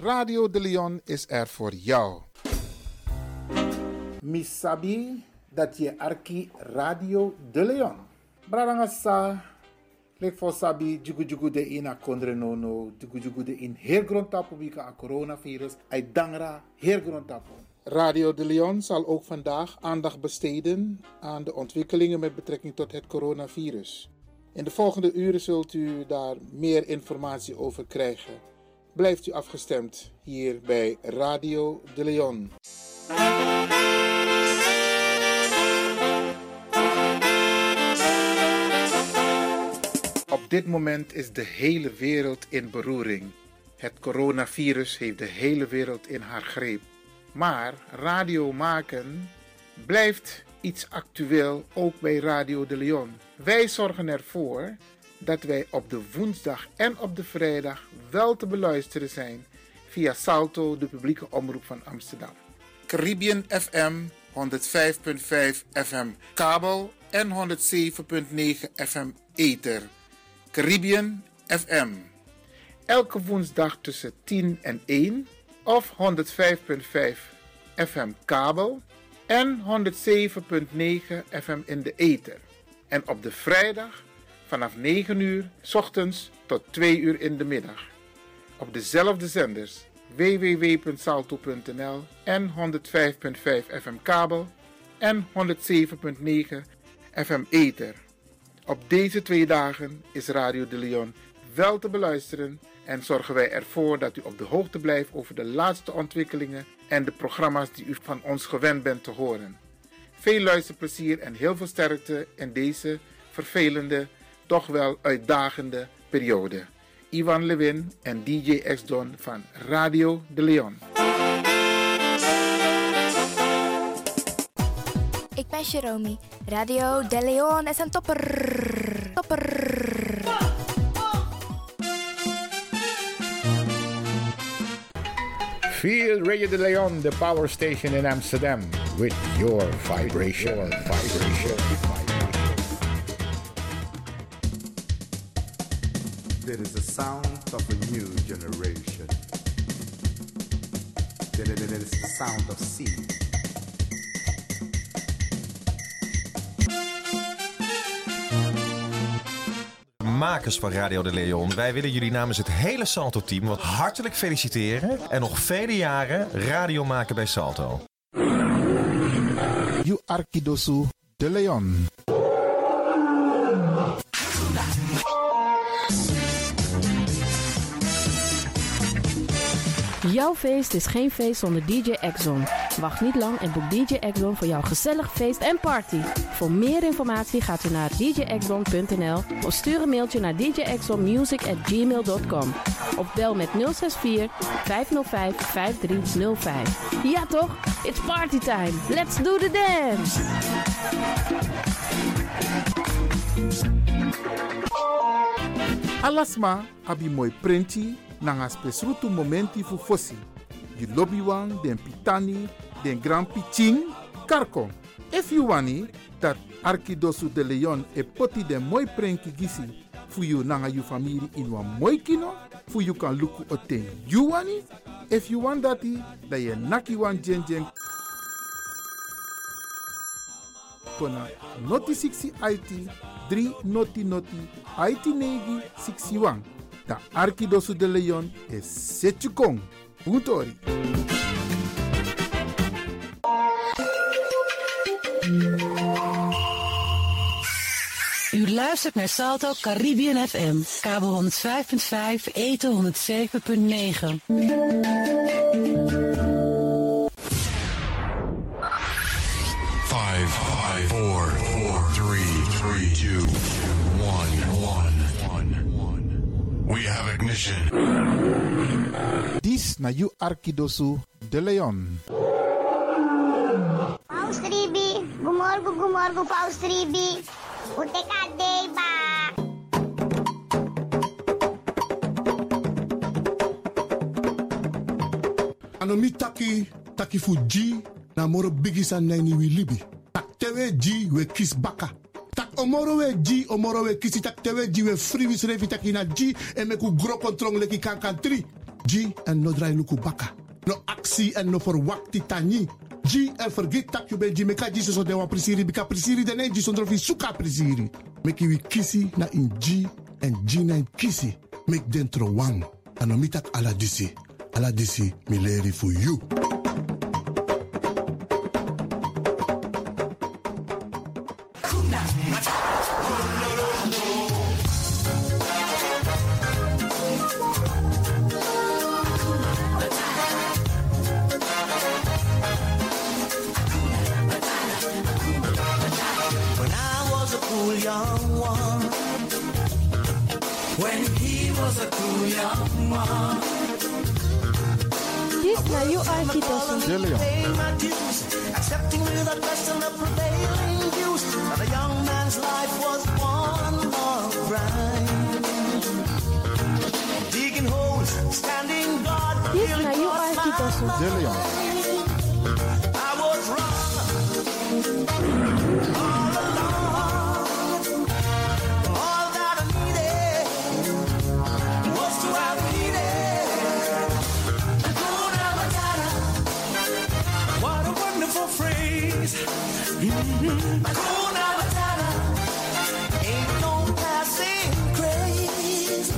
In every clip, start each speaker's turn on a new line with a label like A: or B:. A: Radio De Leon is er voor jou.
B: Misabi dat je arki Radio De Leon. Brarangasa, lek for sabi jugu jugu de in a kondre no no, jugu jugu de in heer grondtapo wika a coronavirus, ay dangra heer grondtapo.
A: Radio De Leon zal ook vandaag aandacht besteden aan de ontwikkelingen met betrekking tot het coronavirus. In de volgende uren zult u daar meer informatie over krijgen. Blijft u afgestemd hier bij Radio De Leon. Op dit moment is de hele wereld in beroering. Het coronavirus heeft de hele wereld in haar greep. Maar radio maken blijft iets actueel ook bij Radio de Leon. Wij zorgen ervoor dat wij op de woensdag en op de vrijdag wel te beluisteren zijn via Salto, de publieke omroep van Amsterdam. Caribbean FM 105.5 FM kabel en 107.9 FM ether. Caribbean FM. Elke woensdag tussen 10 en 1 of 105.5 FM kabel en 107.9 FM in de ether. En op de vrijdag vanaf 9 uur s ochtends tot 2 uur in de middag. Op dezelfde zenders www.salto.nl en 105.5 FM kabel en 107.9 FM ether. Op deze twee dagen is Radio de Leon wel te beluisteren en zorgen wij ervoor dat u op de hoogte blijft over de laatste ontwikkelingen en de programma's die u van ons gewend bent te horen. Veel luisterplezier en heel veel sterkte in deze vervelende, toch wel uitdagende periode. Ivan Lewin en DJ X Don van Radio de Leon.
C: Ik ben Jerome. Radio De Leon is een topper. Topper.
D: Feel Radio de Leon, the power station in Amsterdam, with your vibration. vibration.
E: There is a sound of a new generation. There, there- there is the sound of sea.
F: Makers van Radio de Leon, wij willen jullie namens het hele Salto-team wat hartelijk feliciteren en nog vele jaren radio maken bij Salto.
A: You Arkidosu de Leon.
G: Jouw feest is geen feest zonder DJ Exxon. Wacht niet lang en boek DJ Exxon voor jouw gezellig feest en party. Voor meer informatie gaat u naar djexxon.nl of stuur een mailtje naar djexxonmusic@gmail.com of bel met 064 505 5305. Ja toch? It's party time. Let's do the dance.
A: Alasma abi moi printi nanga spesrutu momenti fu fosi. You lobby wan den pitani den grand pitching karko. If you wani dat Arkidosu de Leon e poti den moi prenki gisi fu you nanga you famiri in wan moi kino fu you kan luku oten you wani. If you want dati da ye naki wan jen jen kona noti 60 IT 3 noti noti IT negi 61. Da Arkidosu de Leon e Setchukong. Puntori.
H: U luistert naar Salto Caribbean FM, kabel 105.5, eten 107.9.
I: Five, five, four, four, three, three, two, one, one, one. We have ignition.
A: Dis na you Arkidosu de Leon.
J: Paus 3B, gumorgo, gumorgo, Paus 3B. O ba?
K: Anomi taki, taki fuji, na moro bigis an naini wi libi. Tak tewe ji we kis baka. Tak omoro we ji, omoro we kisi, tak tewe ji we free wi srevi taki na ji, e meku gro kontrong leki kankan tri. G en no dry luku baka. No aksi en no forwakti tani. G en vergeet tak je bij G. Meka G zo de wan prisiri. Bika prisiri de nee G zonder vi suka prisiri. Meki we kisi na in G en G na in kisi. Mek dentro wang. Anomitak ala disi. Ala disi mileri for you.
H: When I was a cool young one. When he was a cool young one.
L: This na you are
H: Paying my dues, accepting with a question the prevailing views. And a young man's life was one long grind. Digging holes, standing guard.
L: This na you are
H: I was wrong. All that I needed was to have needed. Hakuna Matata. What a wonderful phrase. Mm-hmm. Hakuna Matata. Ain't no passing craze.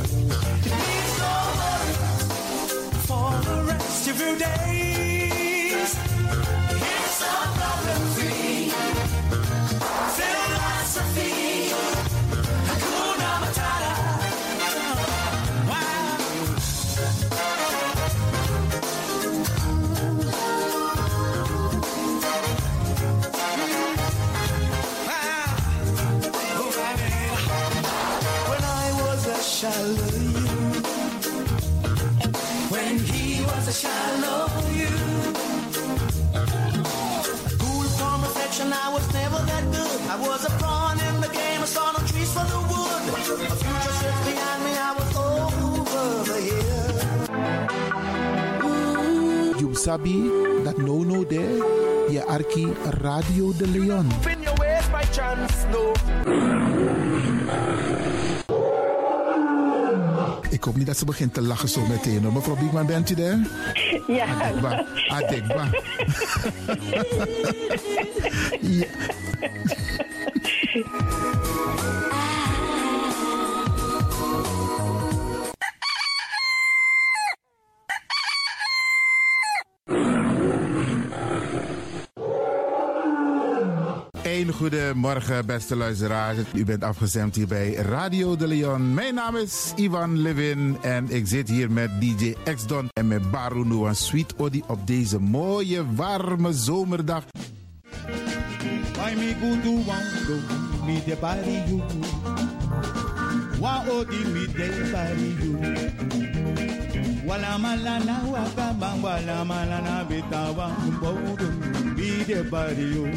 H: Need no worry for the rest of your days. It's a problem-free philosophy. Hakuna Matata. Wow. When I was a shallow you, when he was a shallow you, cool from reflection, I was never that good. I was a pawn in the game, I saw no trees for the wood. A future sits behind me, I was over the hill.
B: You sabi that no no there. Je arki Radio de Leon.
H: Spin your ways by chance, no.
B: Ik hoop niet dat ze begint te lachen zo meteen. hoor. Mevrouw Biekman, bent u daar?
L: Ja.
B: Adekba. Adekba. Ja.
I: Een goedemorgen, beste luisteraars. U bent afgestemd hier bij Radio de Leon. Mijn naam is Ivan Levin en ik zit hier met DJ X-Don en met Baru Nuan Sweet Odi op deze mooie, warme zomerdag.
M: Why me go to one go me the body you Wa odi me the body you Wala malana waka bang wala malana bitawa mbodo me the body you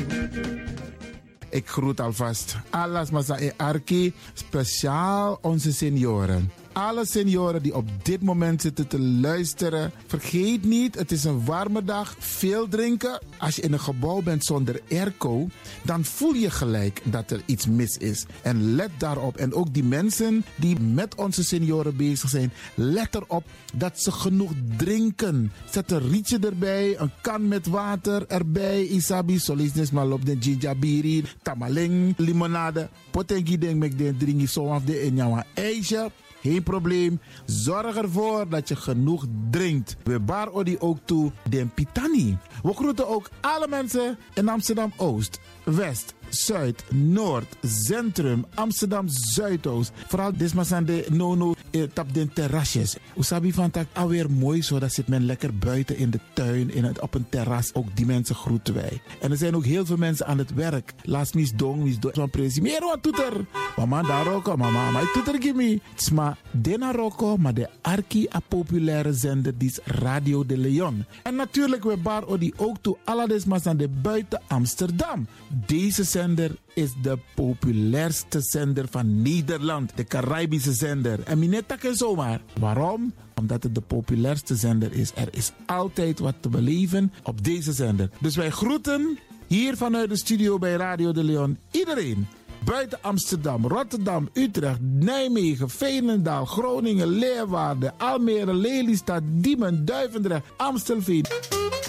I: Ik groet alvast Alas Masa e Arki, speciaal onze senioren. Alle senioren die op dit moment zitten te luisteren, vergeet niet, het is een warme dag. Veel drinken. Als je in een gebouw bent zonder airco, dan voel je gelijk dat er iets mis is. En let daarop. En ook die mensen die met onze senioren bezig zijn, let erop dat ze genoeg drinken. Zet een rietje erbij, een kan met water erbij. Isabi, solisnes, malop, den jinjabiri, tamaling, limonade. Potengi ding met den dringi zo af de enjawa ijsje. Geen probleem. Zorg ervoor dat je genoeg drinkt. We bar odi ook toe den pitani. We groeten ook alle mensen in Amsterdam Oost, West, Zuid, Noord, Centrum, Amsterdam Zuidoost. Vooral desmaals aan de nono eh, tap den terrasjes. Usabi van tak alweer mooi zo. Dat zit men lekker buiten in de tuin, in het, op een terras. Ook die mensen groeten wij. En er zijn ook heel veel mensen aan het werk. Laatst mis dong, mis dong. Van presi. Meer wat toeter. Mama daar roko, mama. Maar toeter gimme. Sma dena roko, maar de arki a populaire zender die is Radio de Leon. En natuurlijk we bar odi ook toe aladesmas aan de buiten Amsterdam. Deze zender is de populairste zender van Nederland. De Caribische zender. En minetak en zomaar. Waarom? Omdat het de populairste zender is. Er is altijd wat te beleven op deze zender. Dus wij groeten hier vanuit de studio bij Radio de Leon iedereen buiten Amsterdam, Rotterdam, Utrecht, Nijmegen, Veenendaal, Groningen, Leeuwarden, Almere, Lelystad, Diemen, Duivendrecht, Amstelveen.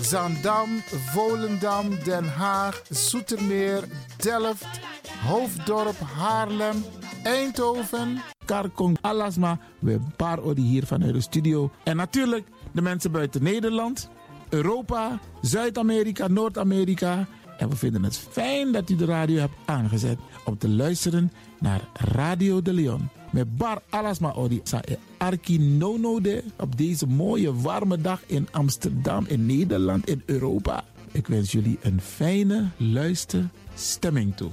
I: Zandam, Volendam, Den Haag, Zoetermeer, Delft, Hoofddorp, Haarlem, Eindhoven, Karkong, Alasma. We hebben een paar orde hier vanuit de studio. En natuurlijk de mensen buiten Nederland, Europa, Zuid-Amerika, Noord-Amerika. En we vinden het fijn dat u de radio hebt aangezet om te luisteren naar Radio de Leon. Met Bar Alasma Odi sa e Arki Nono de op deze mooie warme dag in Amsterdam, in Nederland, in Europa. Ik wens jullie een fijne luisterstemming toe.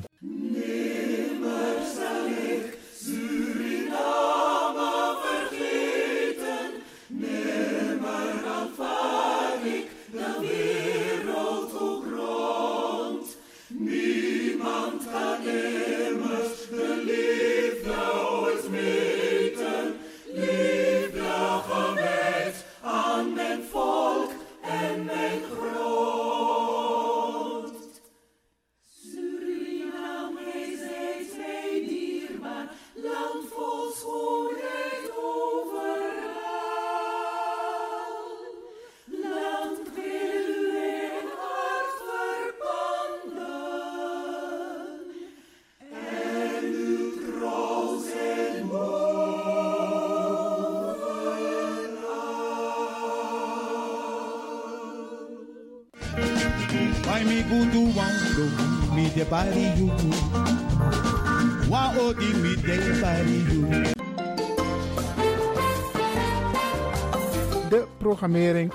N: Why me go to one go me the body you go. Why oh di me the body you.
A: De programmering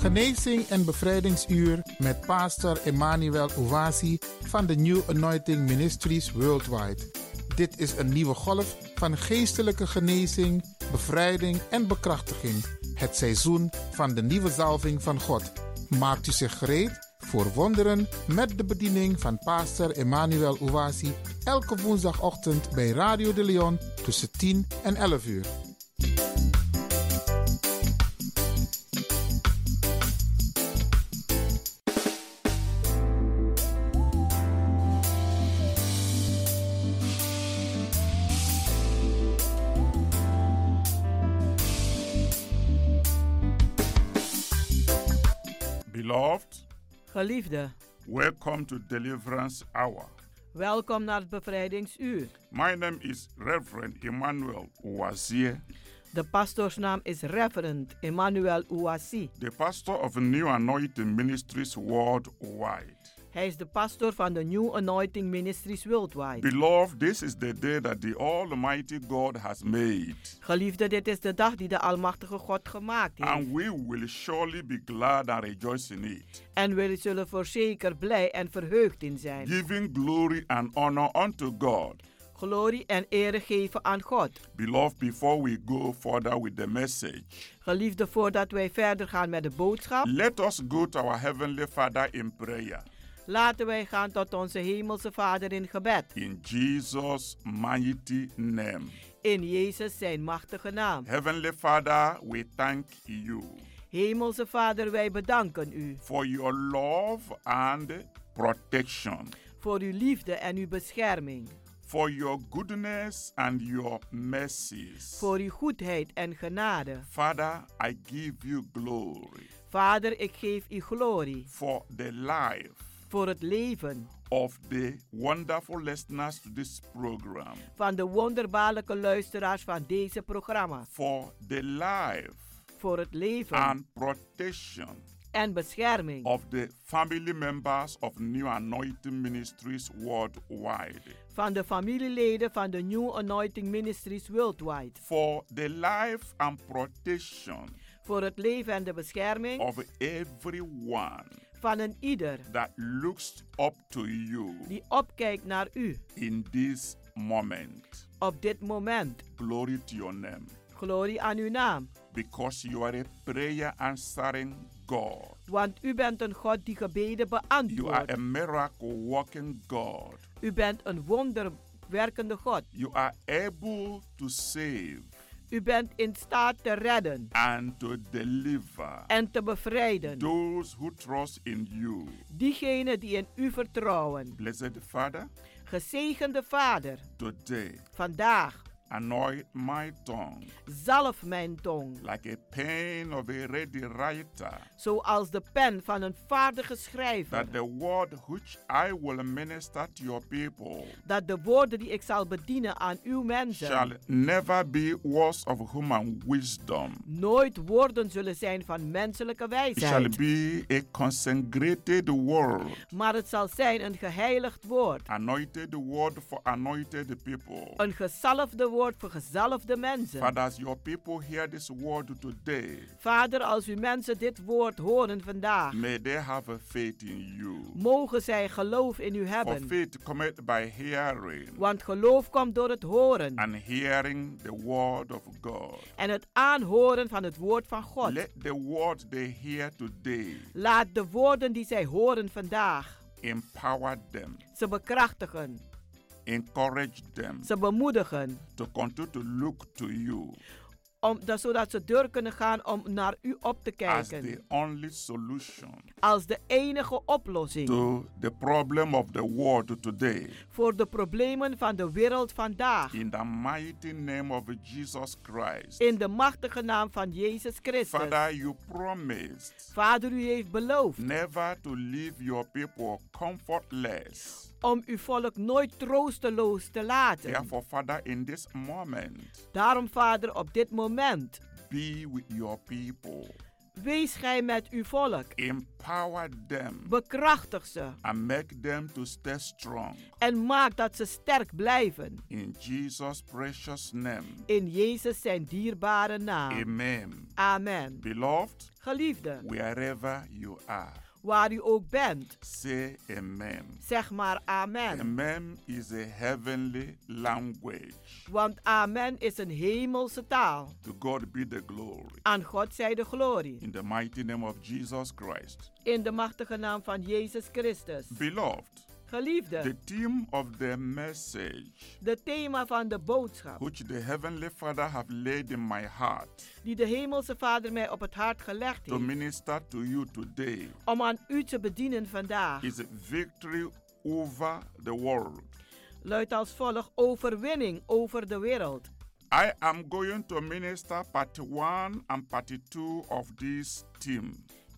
I: Genezing en bevrijdingsuur met pastor Emmanuel Ouasi van de New Anointing Ministries Worldwide. Dit is een nieuwe golf van geestelijke genezing, bevrijding en bekrachtiging. Het seizoen van de nieuwe zalving van God. Maakt u zich gereed voor wonderen met de bediening van pastor Emmanuel Ouasi elke woensdagochtend bij Radio de Leon tussen 10 en 11 uur.
E: Beloved,
G: Geliefde,
E: welcome to Deliverance Hour.
G: welkom naar het bevrijdingsuur.
E: My name is Reverend Emmanuel Ouazier,
G: De pastoorsnaam is Reverend Emmanuel Ouassi.
E: the pastor of New Anointing Ministries worldwide.
G: Hij is de pastoor van de New Anointing Ministries Worldwide.
E: Beloved, this is the day that the Almighty God has made,
G: Geliefde, dit is de dag die de Almachtige God gemaakt heeft.
E: and we will surely be glad and rejoice in it,
G: En we zullen voorzeker blij en verheugd in zijn.
E: giving glory and honor unto God.
G: Glorie en ere geven aan God.
E: Beloved, before we go further with the message,
G: Geliefde, voordat wij verder gaan met de boodschap,
E: let us go to our Heavenly Father in prayer.
G: laten wij gaan tot onze Hemelse Vader in gebed.
E: In Jesus' mighty name.
G: In Jezus zijn machtige naam.
E: Heavenly Father, we thank you
G: Hemelse Vader, wij bedanken u
E: for your love and protection,
G: voor uw liefde en uw bescherming,
E: for your goodness and your mercies.
G: voor uw goedheid en genade.
E: Father, I give you glory
G: Vader, ik geef u glorie
E: for the life
G: voor het leven
E: of the wonderful listeners to this program,
G: van de wonderbaarlijke luisteraars van deze programma.
E: for the life
G: Voor het leven
E: and protection
G: en bescherming
E: of the family members of New Anointing Ministries worldwide.
G: van de familieleden van de New Anointing Ministries Worldwide
E: For the life and protection
G: voor het leven en de bescherming
E: of everyone
G: van een ieder
E: that looks up to you
G: die opkijkt naar u
E: in this moment.
G: op dit moment.
E: Glory to your name.
G: Glorie aan uw naam,
E: Because you are a prayer answering God.
G: want u bent een God die gebeden
E: You are
G: beantwoordt.
E: a miracle working God.
G: U bent een wonderwerkende God.
E: You are able to save
G: U bent in staat te redden
E: and to deliver
G: en te bevrijden
E: those who trust in you.
G: diegenen die in u vertrouwen.
E: Blessed Father,
G: Gezegende Vader,
E: today
G: vandaag
E: anoint my tongue
G: zalf mijn tong,
E: like a pen of a ready writer,
G: zoals de pen van een vaardige schrijver,
E: that the word which I will minister to your people
G: dat de woorden die ik zal bedienen aan
E: shall
G: uw mensen
E: never be words of human wisdom.
G: nooit woorden zullen zijn van menselijke
E: It shall
G: wijsheid,
E: be a consecrated word,
G: maar het zal zijn een geheiligd woord,
E: anointed word for anointed people.
G: een gezalfde woord voor gezalfde mensen.
E: Father, as your people hear this word today,
G: Vader, als uw mensen dit woord horen vandaag,
E: may they have a faith in you.
G: mogen zij geloof in u
E: For
G: hebben.
E: faith cometh by hearing,
G: Want geloof komt door het horen
E: and hearing the word of God.
G: en het aanhoren van het woord van God.
E: Let the word they hear today
G: Laat de woorden die zij horen vandaag
E: empower them,
G: ze bekrachtigen,
E: encourage them
G: ze bemoedigen,
E: to continue to look to you
G: om, dat, zodat ze door kunnen gaan om naar u op te
E: as the
G: kijken
E: only solution
G: als de enige oplossing
E: to the problem of the world today.
G: voor de problemen van de wereld vandaag.
E: In the mighty name of Jesus Christ.
G: In de machtige naam van Jezus
E: Father,
G: Christus.
E: you promised
G: Vader, u heeft beloofd
E: never to leave your people comfortless.
G: om uw volk nooit troosteloos te laten.
E: Therefore, Father, in this moment,
G: Daarom, Vader, op dit moment,
E: be with your people.
G: wees gij met uw volk.
E: Empower them
G: Bekrachtig ze
E: and make them to stay strong.
G: en maak dat ze sterk blijven.
E: In Jesus' precious name.
G: In Jezus zijn dierbare naam.
E: Amen.
G: Amen.
E: Beloved,
G: Geliefde,
E: wherever you are,
G: waar u ook bent,
E: say amen.
G: zeg maar amen.
E: Amen is a heavenly language.
G: Want amen is een hemelse taal.
E: To God be the glory.
G: Aan God zij de glorie.
E: In the mighty name of Jesus Christ.
G: In de machtige naam van Jezus Christus.
E: Beloved, the
G: Geliefde,
E: theme of the message
G: de thema van de boodschap
E: which the heavenly father have laid in my heart
G: die de hemelse Vader mij op het hart gelegd
E: to
G: heeft
E: minister to you today
G: om aan u te bedienen vandaag,
E: is victory over the world
G: luidt als volgt overwinning over de wereld.
E: i am going to minister part 1 and part 2 of this theme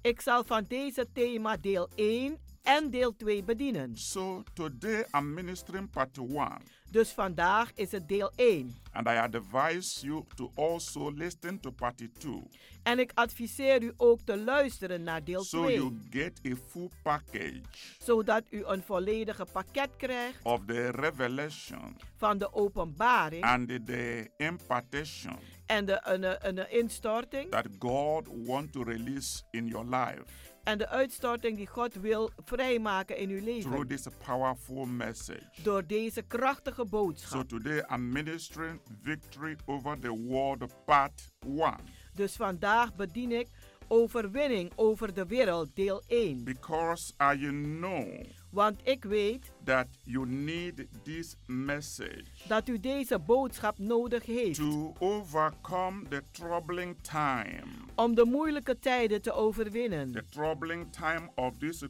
G: Ik zal van deze thema deel 1 en deel 2 bedienen.
E: so today i'm ministering part 1
G: Dus vandaag is het deel 1.
E: and i advise you to also listen to part 2
G: En ik adviseer u ook te luisteren naar deel
E: so
G: 2,
E: you get a full package
G: zodat u een volledige pakket krijgt
E: of the revelation
G: van de openbaring
E: and the impartation
G: en de een, eh, een, eh, instorting
E: that God want to release in your life
G: en de uitstorting die God wil vrijmaken in uw
E: through
G: leven
E: this powerful message.
G: door deze krachtige
E: So
G: boodschap.
E: today I'm ministering victory over the world part 1
G: Dus vandaag bedien ik overwinning over de wereld, deel 1.
E: because I know
G: Want ik weet
E: that you need this message
G: dat u deze boodschap nodig heeft
E: to overcome the troubling time,
G: om de moeilijke tijden te overwinnen.
E: the troubling time of this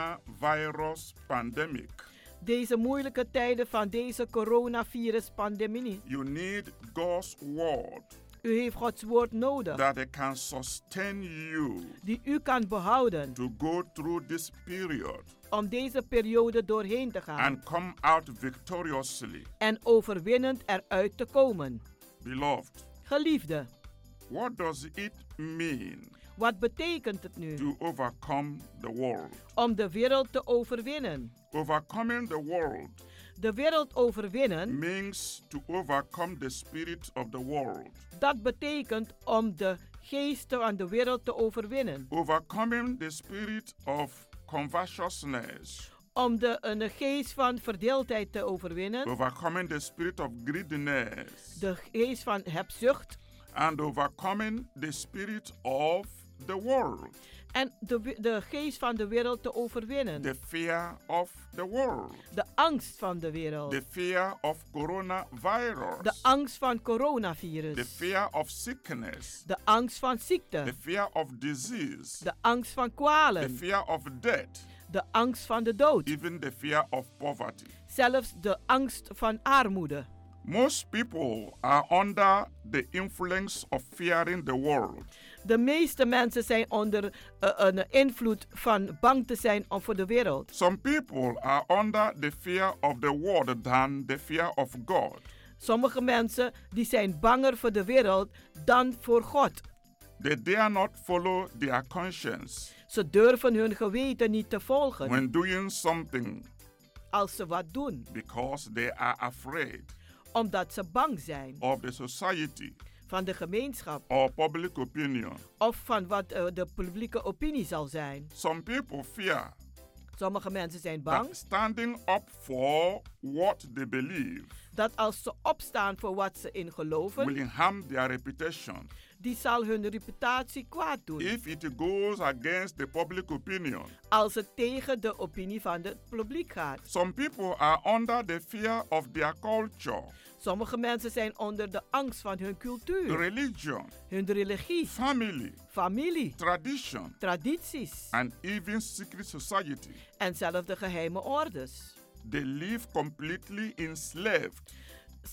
E: coronavirus pandemic.
G: Deze moeilijke tijden van deze coronavirus-pandemie.
E: You need God's word
G: U heeft Gods woord nodig
E: that can sustain you
G: die u kan behouden
E: to go through this period
G: om deze periode doorheen te gaan
E: and come out victoriously.
G: en overwinnend eruit te komen.
E: Beloved,
G: Geliefde,
E: what does it mean
G: Wat betekent het nu?
E: to overcome the world.
G: Om de wereld te overwinnen.
E: Overcoming the world
G: De wereld overwinnen,
E: means to overcome the spirit of the world.
G: dat betekent om de geesten van de wereld te overwinnen.
E: Overcoming the spirit of covetousness.
G: Om de, een geest van verdeeldheid te overwinnen.
E: Overcoming the spirit of greediness.
G: De geest van hebzucht.
E: And overcoming the spirit of the world.
G: En de, we- de geest van de wereld te overwinnen.
E: The fear of the world.
G: De angst van de wereld.
E: The fear of coronavirus.
G: De angst van coronavirus.
E: The fear of sickness.
G: De angst van
E: The
G: ziekte.
E: fear of disease.
G: De angst van
E: The
G: kwalen.
E: fear of death.
G: De angst van de dood.
E: Even the fear of poverty.
G: Zelfs de angst van armoede.
E: Most people are under the influence of fearing the world.
G: De meeste mensen zijn onder eh, een invloed van bang te zijn om voor de wereld.
E: Some people are under the fear of the world than the fear of God.
G: Sommige mensen die zijn banger voor de wereld dan voor God.
E: They dare not follow their conscience
G: Ze durven hun geweten niet te volgen
E: when doing something
G: als ze wat doen,
E: because they are afraid
G: omdat ze bang zijn
E: of the society
G: van de gemeenschap
E: or public opinion.
G: of van wat eh, de publieke opinie zal zijn.
E: Some people fear
G: Sommige mensen zijn bang
E: that standing up for what they believe
G: dat als ze opstaan voor wat ze in geloven,
E: will harm their reputation
G: die zal hun reputatie kwaad doen.
E: if it goes against the public opinion.
G: Als het tegen de opinie van het publiek gaat.
E: Some people are under the fear of their culture,
G: Sommige mensen zijn onder de angst van hun cultuur,
E: religion,
G: hun religie,
E: family,
G: familie,
E: tradition,
G: tradities
E: and even secret society.
G: en zelfs de geheime orders.
E: They live completely enslaved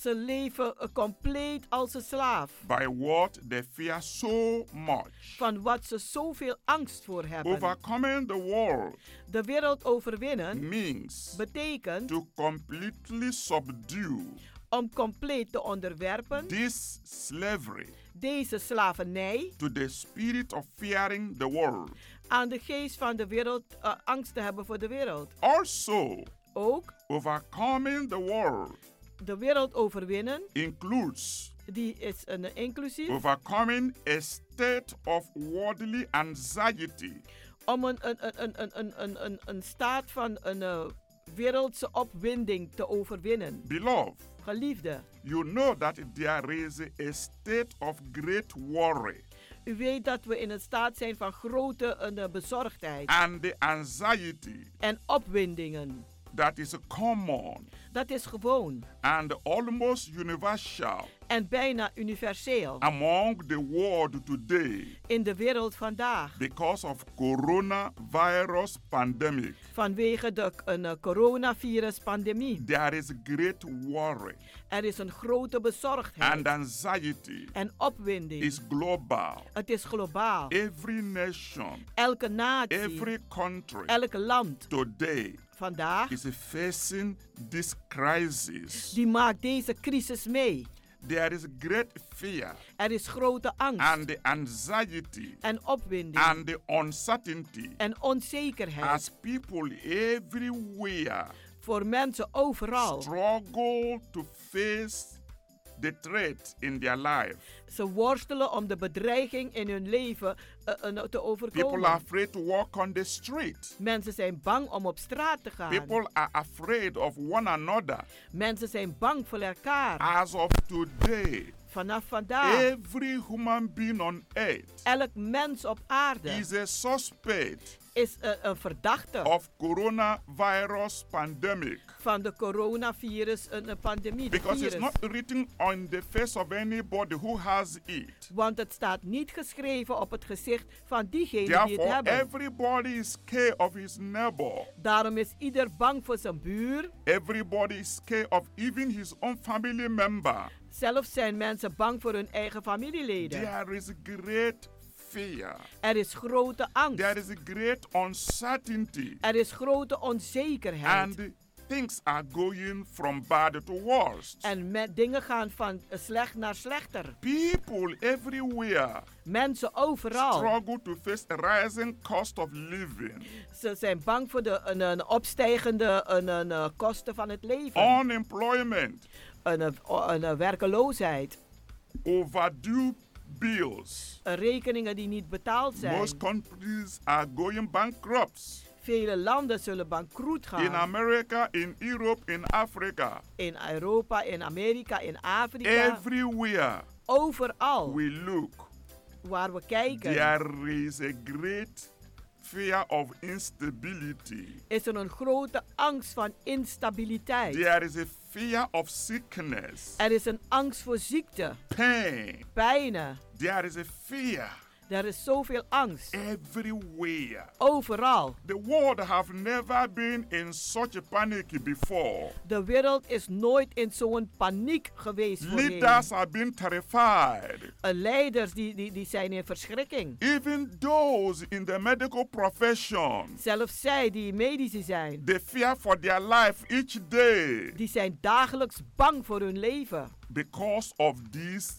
G: Ze leven eh, compleet als een slaaf
E: by what they fear so much.
G: van wat ze zoveel angst voor hebben.
E: Overcoming the world
G: De wereld overwinnen
E: means
G: betekent
E: to completely subdue
G: om compleet te onderwerpen
E: this slavery
G: deze slavernij
E: to the spirit of fearing the world.
G: aan de geest van de wereld, eh, angst te hebben voor de wereld.
E: Also,
G: Ook
E: overcoming the world
G: de wereld overwinnen,
E: includes
G: die is een inclusief.
E: overcoming a state of worldly anxiety
G: om een, een, een, een, een, een, een, een, een staat van een eh, wereldse opwinding te overwinnen.
E: Beloved,
G: Geliefde,
E: you know that there is a state of great worry
G: u weet dat we in een staat zijn van grote eh, bezorgdheid
E: and the anxiety
G: en opwindingen.
E: that is common
G: Dat is gewoon
E: and almost universal
G: en bijna universeel
E: among the world today
G: in de wereld vandaag
E: because of coronavirus pandemic.
G: vanwege de eh, een, eh, coronavirus-pandemie.
E: There is great worry
G: Er is een grote bezorgdheid
E: and anxiety
G: en opwinding.
E: is global.
G: Het is globaal.
E: Every nation,
G: Elke natie,
E: every country
G: elk land
E: today
G: vandaag
E: is facing this crisis.
G: die maakt deze crisis mee.
E: There is great fear
G: Er is grote angst
E: and the anxiety
G: en opwinding
E: and the uncertainty
G: en onzekerheid
E: as people everywhere
G: voor mensen overal.
E: struggle to face the threat in their life.
G: Ze worstelen om de bedreiging in hun leven eh, eh, te
E: People are
G: overkomen.
E: afraid to walk on the street.
G: Mensen zijn bang om op straat te gaan.
E: People are afraid of one another.
G: Mensen zijn bang voor elkaar.
E: As of today,
G: Vanaf vandaag,
E: Ah. every human being on earth
G: elk mens op aarde
E: is Oh. a suspect
G: is eh, een verdachte
E: of coronavirus pandemic
G: van de coronavirus, eh, een een pandemie, de
E: because it's
G: virus.
E: not written on the face of anybody who has it.
G: Want het staat niet geschreven op het gezicht van diegenen die het
E: Therefore,
G: hebben.
E: everybody is scared of his neighbor.
G: Daarom is ieder bang voor zijn buur.
E: Everybody is scared of even his own family member.
G: Zelfs zijn mensen bang voor hun eigen familieleden.
E: There is great fear.
G: Er is grote angst.
E: There is great uncertainty
G: Er is grote onzekerheid
E: and things are going from bad to worse.
G: En met dingen gaan van slecht naar slechter.
E: People everywhere
G: Mensen overal.
E: struggle to face a rising cost of living.
G: Ze zijn bang voor de een, een opstijgende een, een, eh, kosten van het leven.
E: Unemployment,
G: Een, eh, o- een, eh, werkeloosheid.
E: overdue bills.
G: Eh, Rekeningen die niet betaald zijn.
E: Most countries are going bankrupt.
G: Vele landen zullen bankroet gaan.
E: In America, in Europe, in Africa,
G: in Europa, in Amerika, in Afrika.
E: everywhere
G: overal
E: we look,
G: waar we kijken.
E: there is a great fear of instability.
G: is er een grote angst van instabiliteit.
E: There is a fear of sickness,
G: Er is een angst voor ziekte,
E: pain.
G: pijnen.
E: There is a fear
G: Er is zoveel angst.
E: everywhere.
G: Overal.
E: The world have never been in such a panic before.
G: De wereld is nooit in zo'n paniek geweest voorheen.
E: Leaders have been terrified.
G: Eh, Leiders die, die, die zijn in verschrikking.
E: Even those in the medical profession,
G: Zelfs zij die medici zijn,
E: they fear for their life each day
G: die zijn dagelijks bang voor hun leven.
E: because of this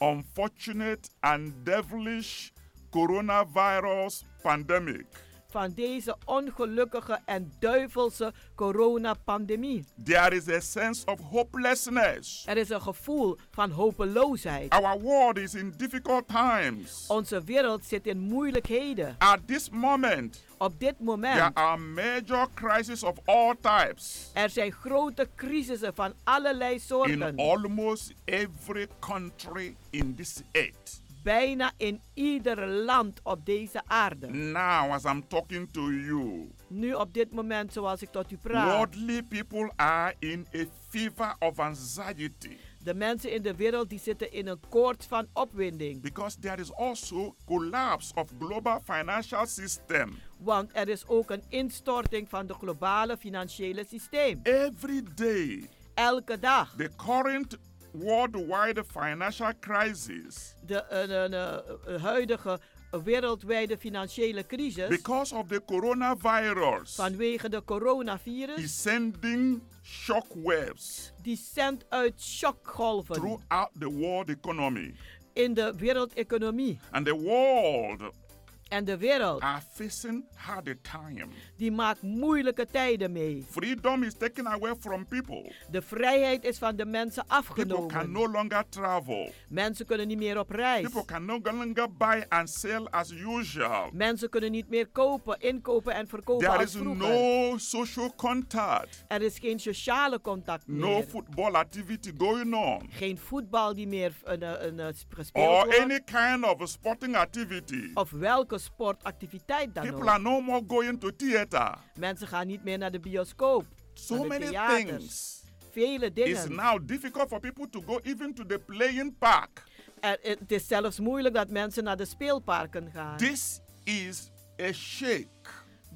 E: unfortunate and devilish coronavirus pandemic.
G: Van deze ongelukkige en duivelse coronapandemie.
E: There is a sense of hopelessness.
G: Er is een gevoel van hopeloosheid.
E: Our world is in difficult times.
G: Onze wereld zit in moeilijkheden.
E: At this moment,
G: Op dit
E: there
G: moment
E: are major crises of all types
G: er zijn grote crisissen van allerlei
E: in
G: soorten.
E: almost every country in this earth.
G: Bijna in ieder land op deze aarde.
E: Now, as I'm talking to you,
G: Nu op dit moment zoals ik tot u praat.
E: worldly people are in a fever of anxiety
G: De mensen in de wereld die zitten in een koorts van opwinding.
E: because there is also collapse of global financial system.
G: Want er is ook een instorting van de globale financiële systeem.
E: Every day,
G: Elke dag.
E: the current worldwide financial crisis,
G: De eh, eh, eh, huidige wereldwijde financiële crisis
E: because of the coronavirus,
G: vanwege de coronavirus
E: is sending shockwaves
G: die zendt uit shockgolven
E: throughout the world economy.
G: in de wereldeconomie.
E: And the world Ah.
G: En de wereld
E: are facing hard time.
G: die maakt moeilijke tijden mee.
E: Freedom is taken away from people.
G: De vrijheid is van de mensen
E: People can
G: afgenomen.
E: no longer travel.
G: Mensen kunnen niet meer op reis.
E: People can no longer buy and sell as usual.
G: Mensen kunnen niet meer kopen, inkopen en verkopen
E: There
G: als
E: is
G: vroeger.
E: no social contact,
G: Er is geen sociale contact meer.
E: no football activity going on,
G: geen voetbal die meer eh, eh, eh, gespeeld
E: or
G: wordt.
E: any kind of sporting activity.
G: Of welke sportactiviteit dan
E: People
G: ook.
E: are no more going to theater.
G: Mensen gaan niet meer naar de bioscoop.
E: So
G: naar de
E: many
G: theaters.
E: things.
G: Vele
E: It's
G: dingen.
E: now difficult for people to go even to the playing park.
G: Er- het is zelfs moeilijk dat mensen naar de speelparken gaan.
E: This is a shake.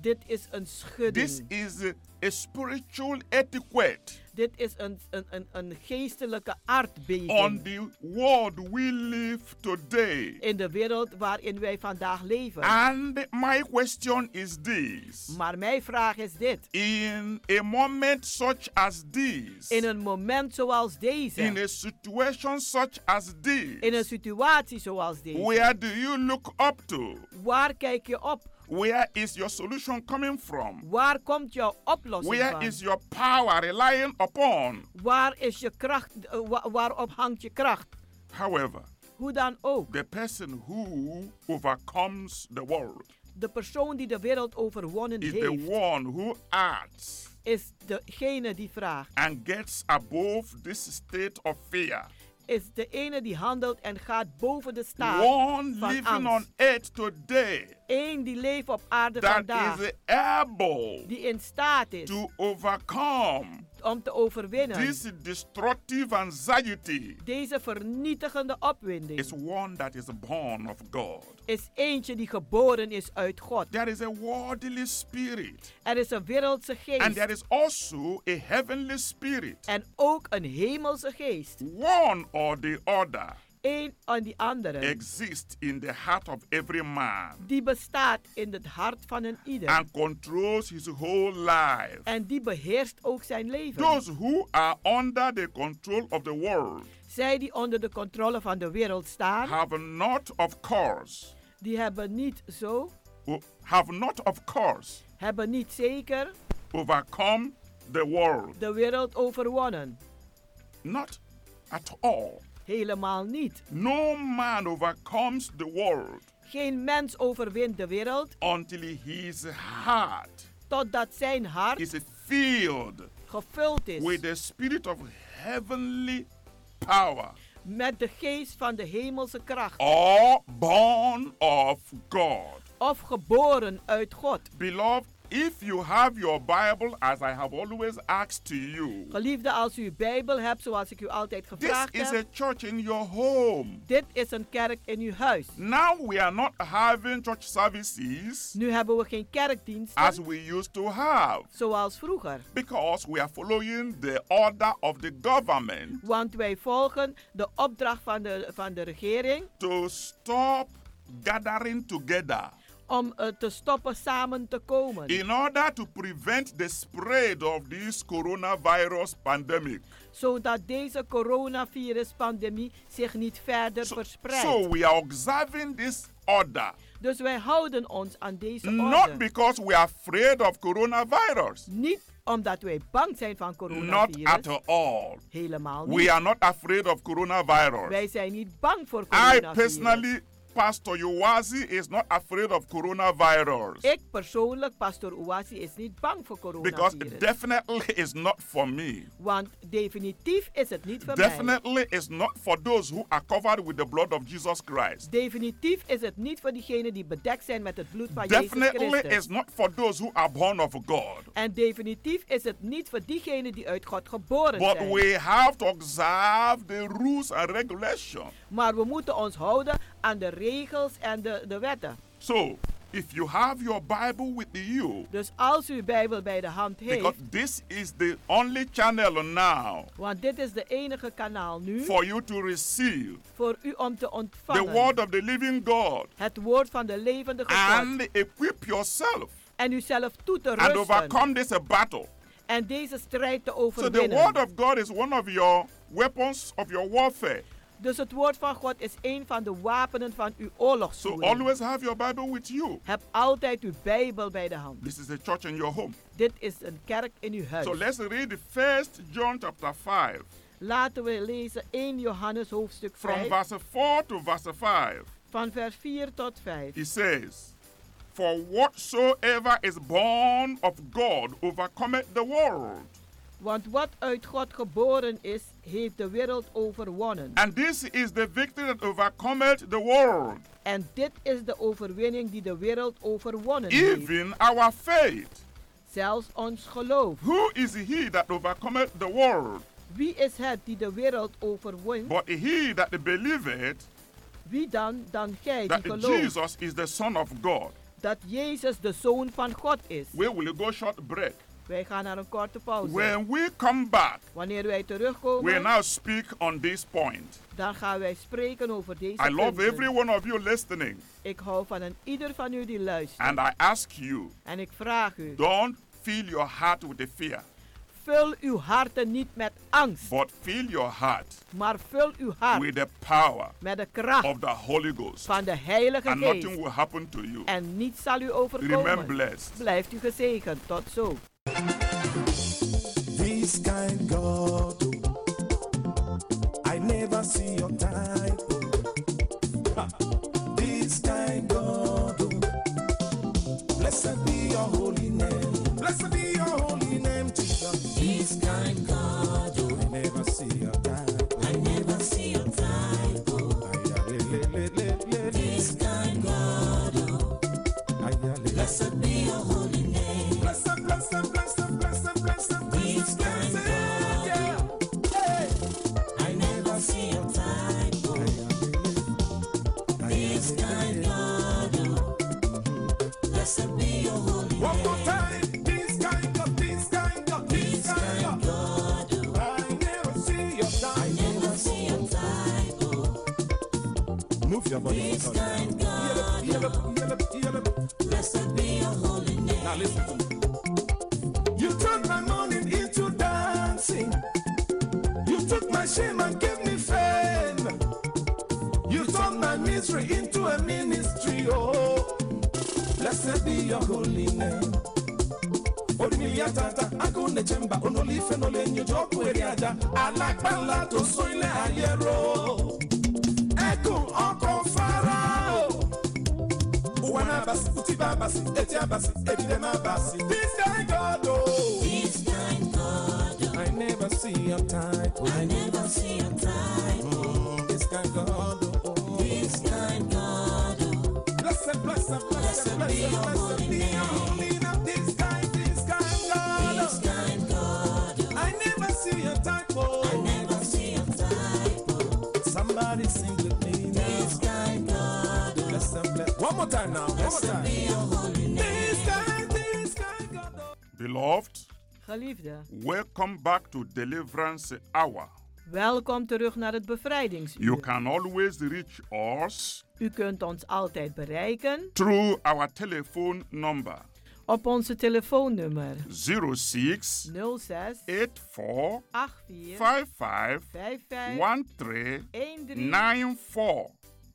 G: Dit is een schudding.
E: This is a spiritual etiquette
G: Dit is een, een, een, een geestelijke
E: on
G: aardbeving
E: the world we live today.
G: in de wereld waarin wij vandaag leven.
E: And my question is this
G: Maar mijn vraag is dit.
E: In a moment such as this,
G: In een moment zoals deze,
E: in a situation such as this,
G: in een situatie zoals deze,
E: where do you look up to?
G: waar kijk je op?
E: Where is your solution coming from?
G: Waar komt jouw oplossing
E: Where
G: van?
E: is your power relying upon?
G: Waar is je kracht? eh, wa- waarop hangt je kracht?
E: However,
G: Hoe dan ook.
E: the person who overcomes the world
G: De persoon die de wereld overwonnen
E: is the
G: heeft,
E: one who acts
G: is degene die vraagt.
E: and gets above this state of fear.
G: Is de ene die handelt en gaat boven de staat
E: One
G: van
E: living on
G: angst.
E: earth today
G: Eén die leeft op aarde
E: that
G: vandaag.
E: is able
G: Die in staat is
E: to overcome
G: om te overwinnen.
E: this destructive anxiety
G: Deze vernietigende opwinding
E: is one that is born of God.
G: is eentje die geboren is uit God.
E: There is a worldly spirit,
G: Er is een wereldse
E: and
G: geest
E: there is also a heavenly spirit.
G: en ook een hemelse geest.
E: One or the other
G: een aan die andere.
E: exists in the heart of every man
G: Die bestaat in het hart van een ieder.
E: and controls his whole life.
G: En die beheerst ook zijn leven.
E: Those who are under the control of the world
G: Zij die onder de controle van de wereld staan,
E: have not, of course,
G: die hebben niet zo,
E: have not, of course,
G: hebben niet zeker
E: overcome the world.
G: de wereld overwonnen.
E: Not at all.
G: Helemaal niet.
E: No man overcomes the world
G: Geen mens overwint de wereld
E: until his heart
G: totdat zijn hart
E: is filled
G: gevuld
E: with
G: is
E: the spirit of heavenly power
G: met de geest van de hemelse kracht.
E: or born of God.
G: Of geboren uit God.
E: Beloved, if you have your Bible, as I have always asked to you,
G: Geliefde, als u uw Bijbel hebt, zoals ik u altijd
E: this
G: gevraagd
E: is
G: heb,
E: a church in your home.
G: dit is een kerk in uw huis.
E: Now we are not having church services
G: Nu hebben we geen kerkdiensten
E: as we used to have
G: zoals vroeger,
E: because we are following the order of the government
G: want wij volgen de opdracht van de, van de regering
E: to stop gathering together
G: om eh, te stoppen samen te komen.
E: in order to prevent the spread of this coronavirus pandemic.
G: zodat deze coronavirus-pandemie zich niet verder verspreidt.
E: So we are observing this order
G: dus wij houden ons aan deze orde.
E: not because we are afraid of coronavirus.
G: niet omdat wij um, bang zijn van
E: Not
G: coronavirus.
E: at all.
G: Helemaal niet.
E: We are not afraid of coronavirus.
G: wij zijn niet bang voor
E: I
G: coronavirus.
E: personally, Pastor Yowazi, is not afraid of coronavirus
G: Ik persoonlijk, pastor Ouassi, is niet bang voor
E: because
G: coronavirus.
E: it definitely is not for me.
G: want definitief is het niet voor mij.
E: Definitely is not for those who are covered with the blood of Jesus Christ.
G: Definitief is het niet voor diegenen die bedekt zijn met het bloed van Jezus
E: Definitely
G: Christus.
E: is not for those who are born of God.
G: En definitief is het niet voor diegenen die uit God geboren
E: But
G: zijn.
E: we have to observe the rules and regulations.
G: Maar we moeten ons houden aan de regels en de, de wetten.
E: So, if you have your Bible with you,
G: Dus als u uw Bijbel bij de hand
E: because
G: heeft,
E: this is the only channel now
G: want dit is de enige kanaal nu
E: for you to receive
G: voor u om te
E: the
G: ontvangen
E: word of the living God
G: het woord van de levendige God.
E: and equip yourself
G: En uzelf toe te
E: and
G: rusten
E: overcome this battle.
G: en deze strijd te
E: So, the word
G: overwinnen.
E: of God is one of your weapons of your warfare.
G: Dus het woord van God is een van de wapenen van uw
E: So,
G: oorlogsvoering.
E: always have your Bible with you.
G: Heb altijd uw Bijbel bij de hand.
E: This is the church in your home.
G: Dit is een kerk in uw
E: So,
G: huis.
E: let's read the first John chapter 5
G: Laten we lezen 1 Johannes hoofdstuk
E: from
G: 5
E: verse 4 to verse 5.
G: van vers 4 tot 5.
E: He says, For whatsoever is born of God overcometh the world.
G: Want wat uit God geboren is, heeft de wereld overwonnen.
E: And this is the victory that overcometh the world,
G: En dit is de overwinning die de wereld overwonnen heeft.
E: even our faith.
G: Zelfs ons geloof.
E: Who is he that overcometh the world?
G: Wie is het die de wereld overwint?
E: But he that believeth
G: Wie dan dan gij die
E: that
G: gelooft
E: Jesus is the Son of God.
G: dat Jezus de Zoon van God is?
E: We will go short break.
G: Wij gaan naar een korte pauze.
E: When we come back,
G: Wanneer wij
E: we
G: terugkomen,
E: now speak on this point.
G: dan gaan wij spreken over deze
E: I love
G: punten.
E: every one of you listening,
G: Ik hou van een ieder van u die luistert.
E: and I ask you
G: En ik vraag u,
E: don't fill your heart with the fear.
G: vul uw harten niet met angst,
E: But fill your heart
G: maar vul uw hart
E: with the power
G: met de kracht
E: of the Holy Ghost,
G: van de Heilige
E: and nothing
G: Geest.
E: will happen to you.
G: En niets zal u overkomen.
E: Remain blessed.
G: Blijft u gezegend. Tot zo.
O: This kind God, oh. I never see your type. oh. Ha. This kind God, oh. blessed be your holy name. Blessed be your holy name, Jesus. This kind God, oh. I never see your type. I never see your type. This kind God, oh. blessed be your holy name. Blessed, blessed, blessed, blessed, blessed, blessed, blessed. Yeah. Hey. I never see your type. This kind God, blessed be your holy name. One more time, this kind of, this kind of, this kind of God. I never see your type. I never see your type.
E: your body
I: This
E: is kind God. Blessed be your holy name. Now listen to me. You turned my mourning into dancing. You took my shame and gave me fame. You turned my misery into a ministry. Oh, blessed be your holy name. onílé àtàtà akóne jẹmba onolife nolenyo jọkùn èrè ajá alágbára tó sún ilé ayé ro ẹkùn ọkọ farao òwò náà bàsí kùtì bá bàsí etí àbàsí ebile má bàsí. this kind God o. this kind God o. I never see your type. I never see your type. oh. this kind oh. God o. this kind God oh. o. blessed blessed blessed blessed blessed be your holy name. this kind this kind God o. this kind God o. I never see your type oh. o. I never see your type oh. o. Somebody sing with me now. This kind God o. Blessed blessed. One more time now. One more time. This kind this kind God o.
A: Beloved,
G: Geliefde,
A: welcome back to Deliverance Hour.
G: welkom terug naar het
A: You
G: bevrijdingsuur.
A: can always reach us
G: U kunt ons altijd bereiken
A: through our telephone number
G: op onze telefoonnummer
A: 06
G: 06
A: 84
G: 84
A: 55
G: 55 13
A: 94.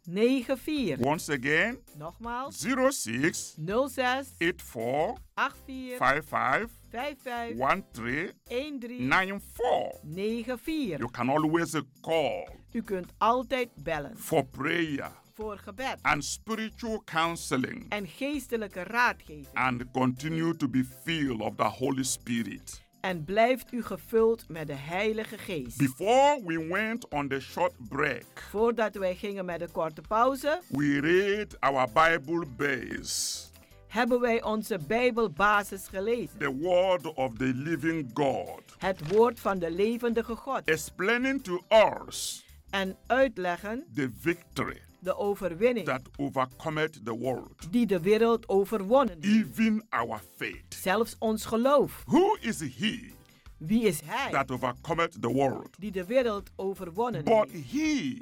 G: 94.
A: Once again,
G: Nogmaals
A: 06
G: 06
A: 84
G: 84
A: 55
G: 55
A: 13
G: 13
A: 94.
G: 94.
A: You can always call
G: U kunt altijd bellen
A: for prayer
G: voor gebed
A: and spiritual counseling
G: en geestelijke raadgeving.
A: and continue to be filled of the Holy Spirit.
G: En blijft u gevuld met de Heilige Geest.
A: Before we went on the short break,
G: Voordat wij gingen met een korte pauze,
A: we read our Bible base,
G: hebben wij onze Bijbelbasis gelezen.
A: the Word of the Living God,
G: Het woord van de levendige God.
A: explaining to us
G: En uitleggen
A: the victory
G: de overwinning
A: that overcometh the world,
G: die de wereld overwonnen. heeft.
A: even our faith.
G: Zelfs ons geloof.
A: Who is he
G: Wie is hij
A: that overcometh the world?
G: die de wereld overwonnen
A: But
G: heeft?
A: he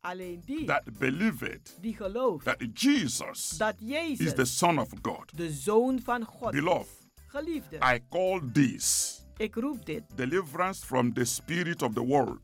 G: Alleen die
A: that believeth
G: die gelooft
A: that Jesus
G: dat
A: is the
G: Jezus
A: Son of God.
G: de Zoon van God is.
A: Beloved,
G: Geliefde,
A: I call this
G: ik roep dit.
A: deliverance from the spirit of the world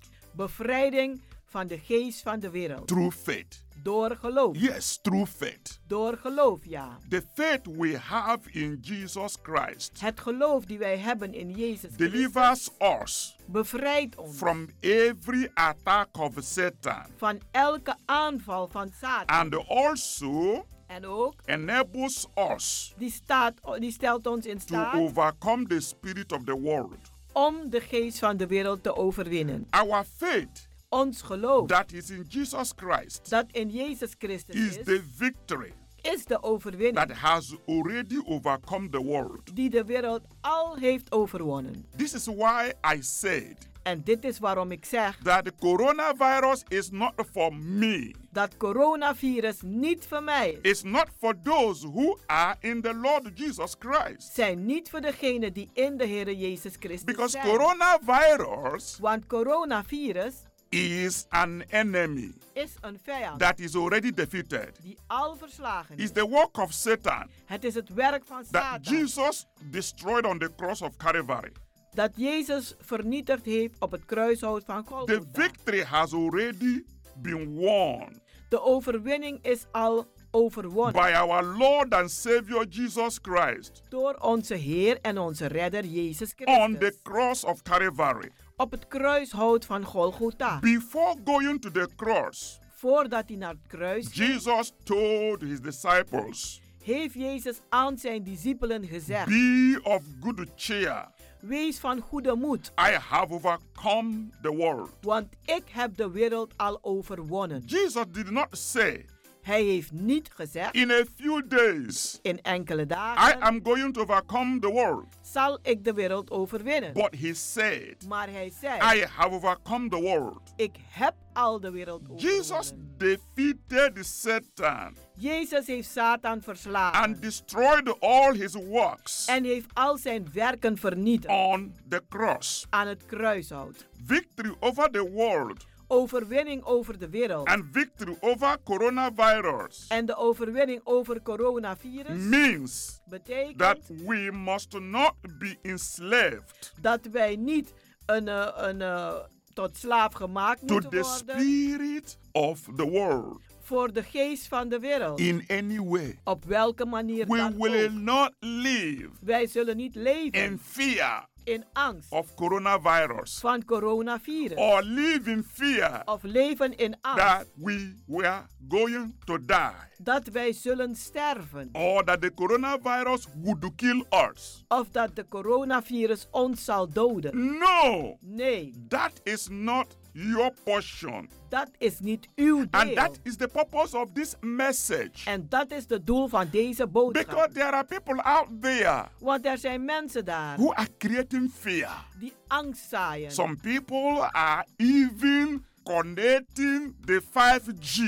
G: Bevrijding van de geest van de wereld.
A: through faith.
G: Door geloof.
A: Yes, through faith.
G: Door geloof, ja.
A: The faith we have in Jesus Christ
G: Het geloof die wij hebben in Jezus Christus
A: delivers us
G: bevrijdt ons
A: from every attack of Satan
G: van elke aanval van Satan.
A: and also
G: En ook,
A: enables us
G: die, staat, die stelt ons in
A: to
G: staat
A: overcome the spirit of the world.
G: om de geest van de wereld te overwinnen.
A: Our faith
G: Ons geloof
A: that is in Jesus Christ
G: dat in Jezus Christus
A: is
G: is,
A: the victory
G: is de overwinning
A: that has already overcome the world.
G: die de wereld al heeft overwonnen.
A: This is why I said
G: En dit is waarom ik zeg
A: that the coronavirus is not for me.
G: dat coronavirus niet voor mij is.
A: It's not for those who are in the Lord Jesus Christ.
G: Zijn niet voor degenen die in de Heer Jezus Christus
A: Because
G: zijn.
A: coronavirus
G: Want coronavirus
A: is an enemy
G: is een vijand
A: that is already defeated.
G: die al verslagen is.
A: It's the work of Satan
G: Het is het werk van
A: that
G: Satan
A: Jesus destroyed on the cross of Calvary.
G: dat Jezus vernietigd heeft op het kruishout van
A: The
G: Golgotha.
A: victory has already been won
G: De overwinning is al overwonnen
A: by our Lord and Savior Jesus Christ
G: door onze Heer en onze Redder Jezus
A: on the
G: Christus
A: cross of Calvary.
G: op het kruishout van Golgotha.
A: Before going to the cross,
G: Voordat hij naar het kruis ging,
A: Jesus told his disciples,
G: heeft Jezus aan zijn discipelen gezegd:
A: Be of good cheer.
G: Wees van goede moed,
A: I have overcome the world.
G: want ik heb de wereld al overwonnen.
A: Jesus did not say,
G: Hij heeft niet gezegd:
A: In a few days,
G: In enkele
A: I
G: dagen
A: am going to overcome the world.
G: zal ik de wereld overwinnen.
A: But he said,
G: maar hij zei:
A: I have overcome the world.
G: Ik heb al de wereld overwonnen.
A: Jesus defeated Satan
G: Jezus heeft Satan verslagen.
A: and destroyed all his works
G: en heeft al zijn werken vernietigd
A: on the cross.
G: aan het kruishout.
A: Victory over the world
G: overwinning over de wereld.
E: and victory over coronavirus
G: en de overwinning over coronavirus
E: means
G: betekent
E: that we must not be enslaved
G: dat wij niet een, eh, een, eh, tot slaaf gemaakt
E: to
G: moeten
E: the
G: worden
E: spirit of the world
G: voor de geest van de wereld.
E: in any way.
G: Op welke manier
E: We
G: dan
E: will
G: ook.
E: not live
G: Wij zullen niet leven
E: in fear
G: in angst
E: of coronavirus
G: van coronavirus.
E: or live in fear
G: of leven in angst
E: that we were going to die
G: dat wij zullen sterven.
E: or that the coronavirus would kill us.
G: Of dat de coronavirus ons zal doden.
E: No,
G: Nee,
E: that is not your portion.
G: dat is niet uw deel.
E: And that is the purpose of this message.
G: En dat is het doel van deze boodschap.
E: Because there are people out there
G: Want er zijn mensen daar
E: who are creating fear.
G: die angst zaaien.
E: Some people are even connecting the 5G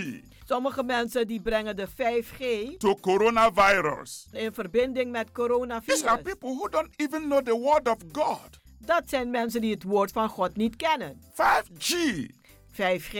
G: Sommige mensen die brengen de 5G
E: to coronavirus.
G: in verbinding met
E: These are
G: coronavirus.
E: people who don't even know the word of God.
G: Dat zijn mensen die het woord van God niet kennen.
E: 5G
G: 5G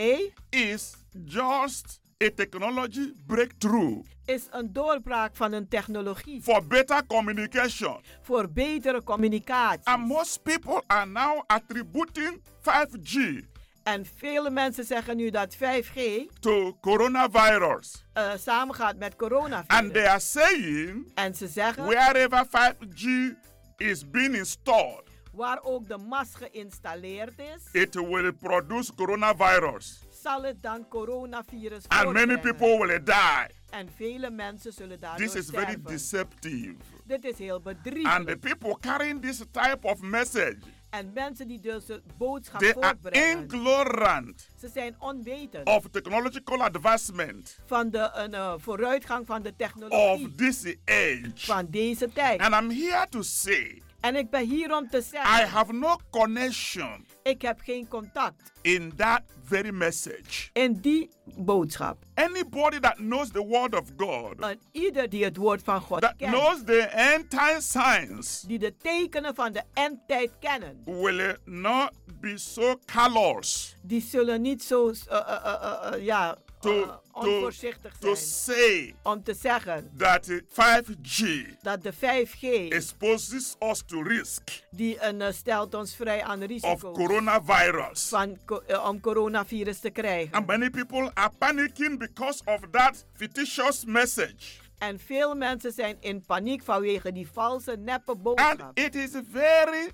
E: is just a technology breakthrough
G: is een doorbraak van een technologie
E: for better communication.
G: voor betere communicatie.
E: And most people are now attributing 5G
G: En vele mensen zeggen nu dat 5G
E: to coronavirus.
G: eh, samengaat met
E: And they
G: coronavirus.
E: are saying
G: En ze zeggen
E: wherever 5G is being installed,
G: waar ook de mast geïnstalleerd is,
E: it will produce coronavirus.
G: zal het dan coronavirus
E: And many
G: voortbrengen.
E: people will die.
G: En vele mensen zullen daardoor
E: This is very
G: sterven.
E: deceptive.
G: Dit is heel
E: And the
G: bedriegelijk.
E: people carrying this type of message,
G: En mensen die dus de boodschap
E: they are
G: voortbrengen,
E: ignorant
G: ze zijn onwetend
E: of technological advancement
G: van de een, eh, vooruitgang van de technologie
E: of this age.
G: van deze tijd.
E: And I'm here to say,
G: En ik ben hier om te zeggen,
E: I have no connection
G: ik heb geen contact
E: in that very message.
G: in die boodschap.
E: Anybody that knows the word of God,
G: En ieder die het woord van God
E: that
G: kent,
E: knows the end time signs,
G: die de tekenen van de endtijd kennen,
E: will not be so callous
G: die zullen niet zo eh, eh, eh, eh, eh, ja,
E: to,
G: eh,
E: to,
G: onvoorzichtig
E: to
G: zijn
E: say
G: om te zeggen
E: that uh, 5G
G: dat de 5G
E: exposes us to risk
G: die een, eh, stelt ons vrij aan
E: of
G: risico
E: coronavirus.
G: van, co- eh, om coronavirus te krijgen.
E: And many people are panicking because of that fictitious message.
G: En veel mensen zijn in paniek vanwege die valse, neppe
E: And
G: boodschap.
E: it is very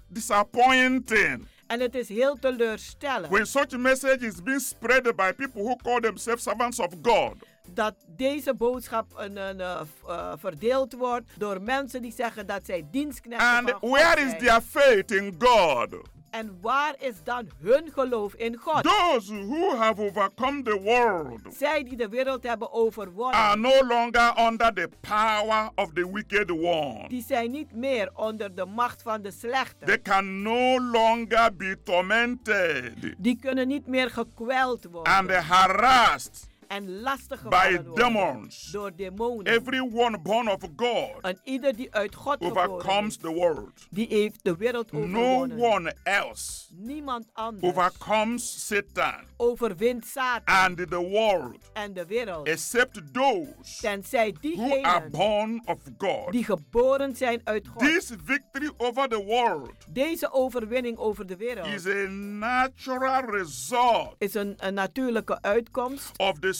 E: disappointing
G: En het is heel teleurstellend
E: when such message is being spread by people who call themselves servants of God.
G: dat deze boodschap een, een, eh, v- eh, verdeeld wordt door mensen die zeggen dat zij dienstknechten
E: And
G: van God
E: where is
G: zijn.
E: their faith in God?
G: En waar is dan hun geloof in God?
E: Those who have overcome the world
G: Zij die de wereld hebben overwonnen,
E: are no longer under the power of the wicked one.
G: die zijn niet meer onder de macht van de slechte.
E: They can no longer be tormented
G: Die kunnen niet meer gekweld
E: and
G: worden
E: harassed
G: en lastig
E: by
G: worden
E: demons.
G: door demonen.
E: Everyone born of God
G: en ieder die uit God geboren
E: overcomes
G: is,
E: the world.
G: die heeft de wereld
E: No
G: overwonnen.
E: one else
G: Niemand anders
E: overcomes Satan
G: overwint Satan
E: and the world
G: en de wereld,
E: except those
G: tenzij
E: who are
G: diegenen
E: born of God.
G: die geboren zijn uit God.
E: This victory over the world
G: Deze overwinning over de wereld
E: is a natural result
G: is een, een natuurlijke uitkomst
E: of the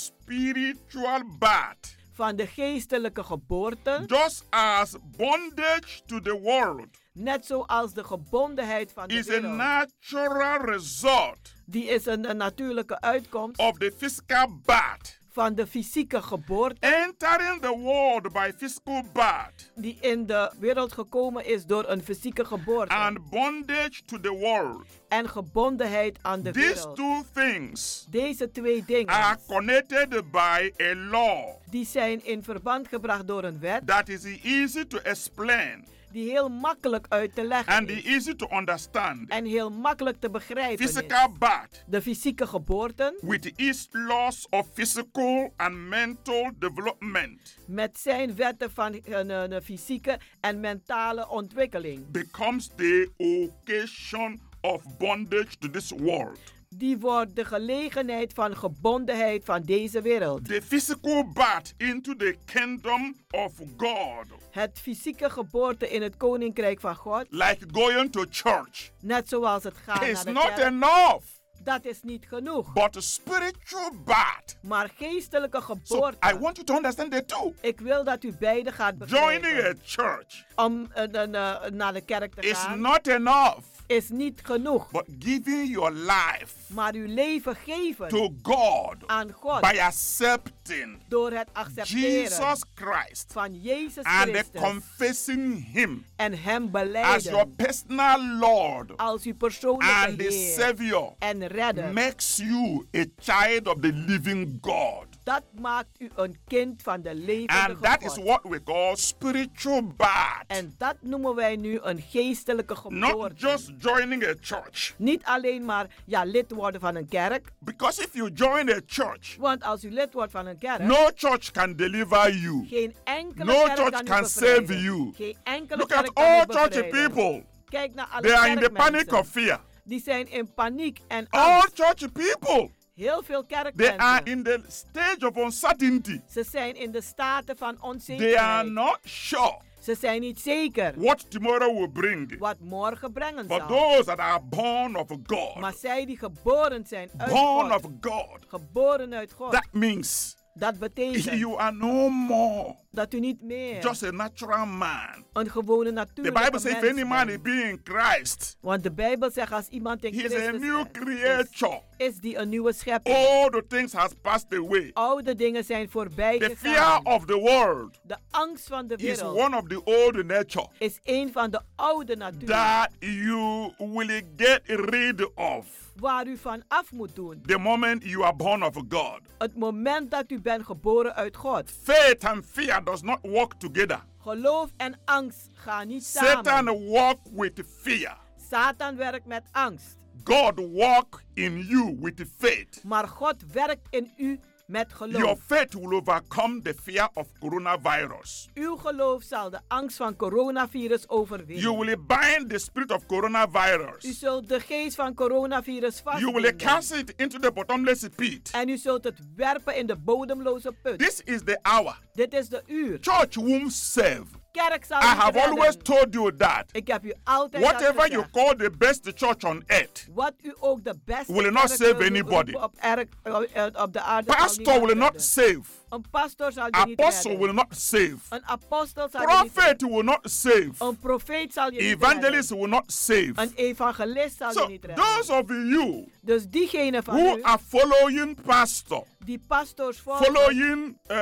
E: spiritual birth.
G: van de geestelijke geboorte,
E: Just as bondage to the world
G: net zoals de gebondenheid van de
E: is a
G: wereld.
E: natural result
G: Die is een, een natuurlijke uitkomst
E: of the physical birth.
G: van de fysieke geboorte
E: Entering the world by physical birth
G: die in de wereld gekomen is door een fysieke geboorte
E: and bondage to the world.
G: en gebondenheid aan de
E: These
G: wereld.
E: two things
G: Deze twee
E: are
G: dingen
E: connected by a law
G: die zijn in verband gebracht door een wet
E: that is easy to explain
G: die heel makkelijk uit te leggen
E: and
G: is
E: easy to understand.
G: en heel makkelijk te begrijpen is.
E: Physical birth
G: De fysieke geboorten
E: with its laws of physical and mental development
G: met zijn wetten van een, een- een fysieke en mentale ontwikkeling.
E: becomes the occasion of bondage to this world.
G: die wordt de gelegenheid van gebondenheid van deze wereld.
E: The physical birth into the kingdom of God,
G: Het fysieke geboorte in het koninkrijk van God,
E: like going to church,
G: net zoals het gaat
E: is
G: naar de
E: not
G: kerk,
E: enough.
G: dat is niet genoeg.
E: But spiritual birth,
G: Maar geestelijke
E: so
G: geboorte,
E: I want you to understand the two.
G: ik wil dat u beiden gaat
E: Joining
G: begrijpen.
E: a church
G: Om eh, dan, eh, naar de kerk te
E: is
G: gaan,
E: not enough,
G: is niet genoeg.
E: but giving your life
G: Maar uw leven geven
E: to God
G: aan God
E: by accepting
G: door het accepteren
E: Jesus Christ
G: van Jezus
E: and
G: Christus
E: confessing Him
G: en hem
E: as your
G: beleiden
E: personal Lord
G: als uw persoonlijke
E: and the
G: Heer
E: Savior
G: en redder.
E: makes you a child of the living God.
G: Dat maakt u een kind van de levende
E: And that is
G: God.
E: what we call spiritual birth.
G: En dat noemen wij nu een geestelijke
E: Not
G: geboorte.
E: just joining a church.
G: Niet alleen maar ja, lid worden van een kerk.
E: Because if you join a church,
G: Want als u lid wordt van een kerk,
E: no church can deliver you.
G: geen enkele
E: No
G: kerk
E: church
G: kan u
E: can
G: bevrijden.
E: save you.
G: Geen enkele
E: Look
G: kerk
E: at
G: kan u
E: all church
G: bevrijden.
E: people.
G: Kijk naar alle
E: They are in the
G: kerkmensen.
E: panic of fear.
G: Die zijn in paniek en
E: All
G: angst.
E: church people,
G: Heel veel
E: they are
G: kerkmensen.
E: in the stage of uncertainty.
G: Ze zijn in de staten van
E: They are
G: onzekerheid.
E: not sure
G: Ze zijn niet zeker
E: what tomorrow will bring.
G: wat morgen brengen
E: But
G: zal.
E: those that are born of God,
G: Maar zij die geboren zijn uit
E: born
G: God,
E: of God,
G: geboren uit God,
E: that means
G: dat betekent
E: you are no more
G: dat u niet meer
E: just a natural man.
G: een gewone
E: The Bible
G: natuurlijke
E: says, if any man
G: mens
E: he
G: bent.
E: be in Christ,
G: Want de Bijbel zegt als iemand in
E: he is a
G: Christus
E: new
G: bent,
E: creature.
G: is die een nieuwe schepping.
E: All the things has passed away.
G: Oude dingen zijn voorbij
E: The fear
G: gegaan.
E: of the world
G: De angst van de
E: is
G: wereld
E: one of the old nature
G: is een van de oude natuur
E: that you will get rid of
G: waar u van af moet doen.
E: the moment you are born of God.
G: Het moment dat u bent geboren uit God.
E: Faith and fear does not walk together.
G: Geloof en angst gaan niet samen.
E: Satan walk with fear.
G: Satan werkt met angst,
E: God walk in you with faith.
G: maar God werkt in u met
E: Your
G: geloof.
E: faith will overcome the fear of coronavirus.
G: Uw geloof zal de angst van coronavirus
E: You
G: overwinnen.
E: will bind the spirit of
G: U
E: coronavirus.
G: zult de geest van coronavirus
E: You will
G: vastbinden.
E: cast it into the bottomless pit.
G: En u zult het werpen in de bodemloze put.
E: This is the hour.
G: Dit is de uur.
E: Church won't save.
G: Kerk zal
E: I
G: niet
E: have
G: redden.
E: always told you that.
G: Ik heb u altijd dat
E: Whatever you
G: gezegd.
E: call the best church on earth,
G: Wat u ook de beste
E: Will not
G: kerk
E: save
G: wil roepen
E: anybody.
G: Op, erg- eh, op de aarde zal
E: pastor
G: niemand
E: will not
G: redden.
E: save,
G: Een pastor zal je niet
E: apostle
G: redden.
E: will not save,
G: Een apostel zal je niet redden.
E: prophet will not save,
G: Een profeet zal je niet redden.
E: evangelist will not save.
G: Een evangelist zal je
E: So,
G: niet redden.
E: those of you
G: dus diegenen van
E: who
G: u
E: are following pastor,
G: die pastors volgen,
E: following uh,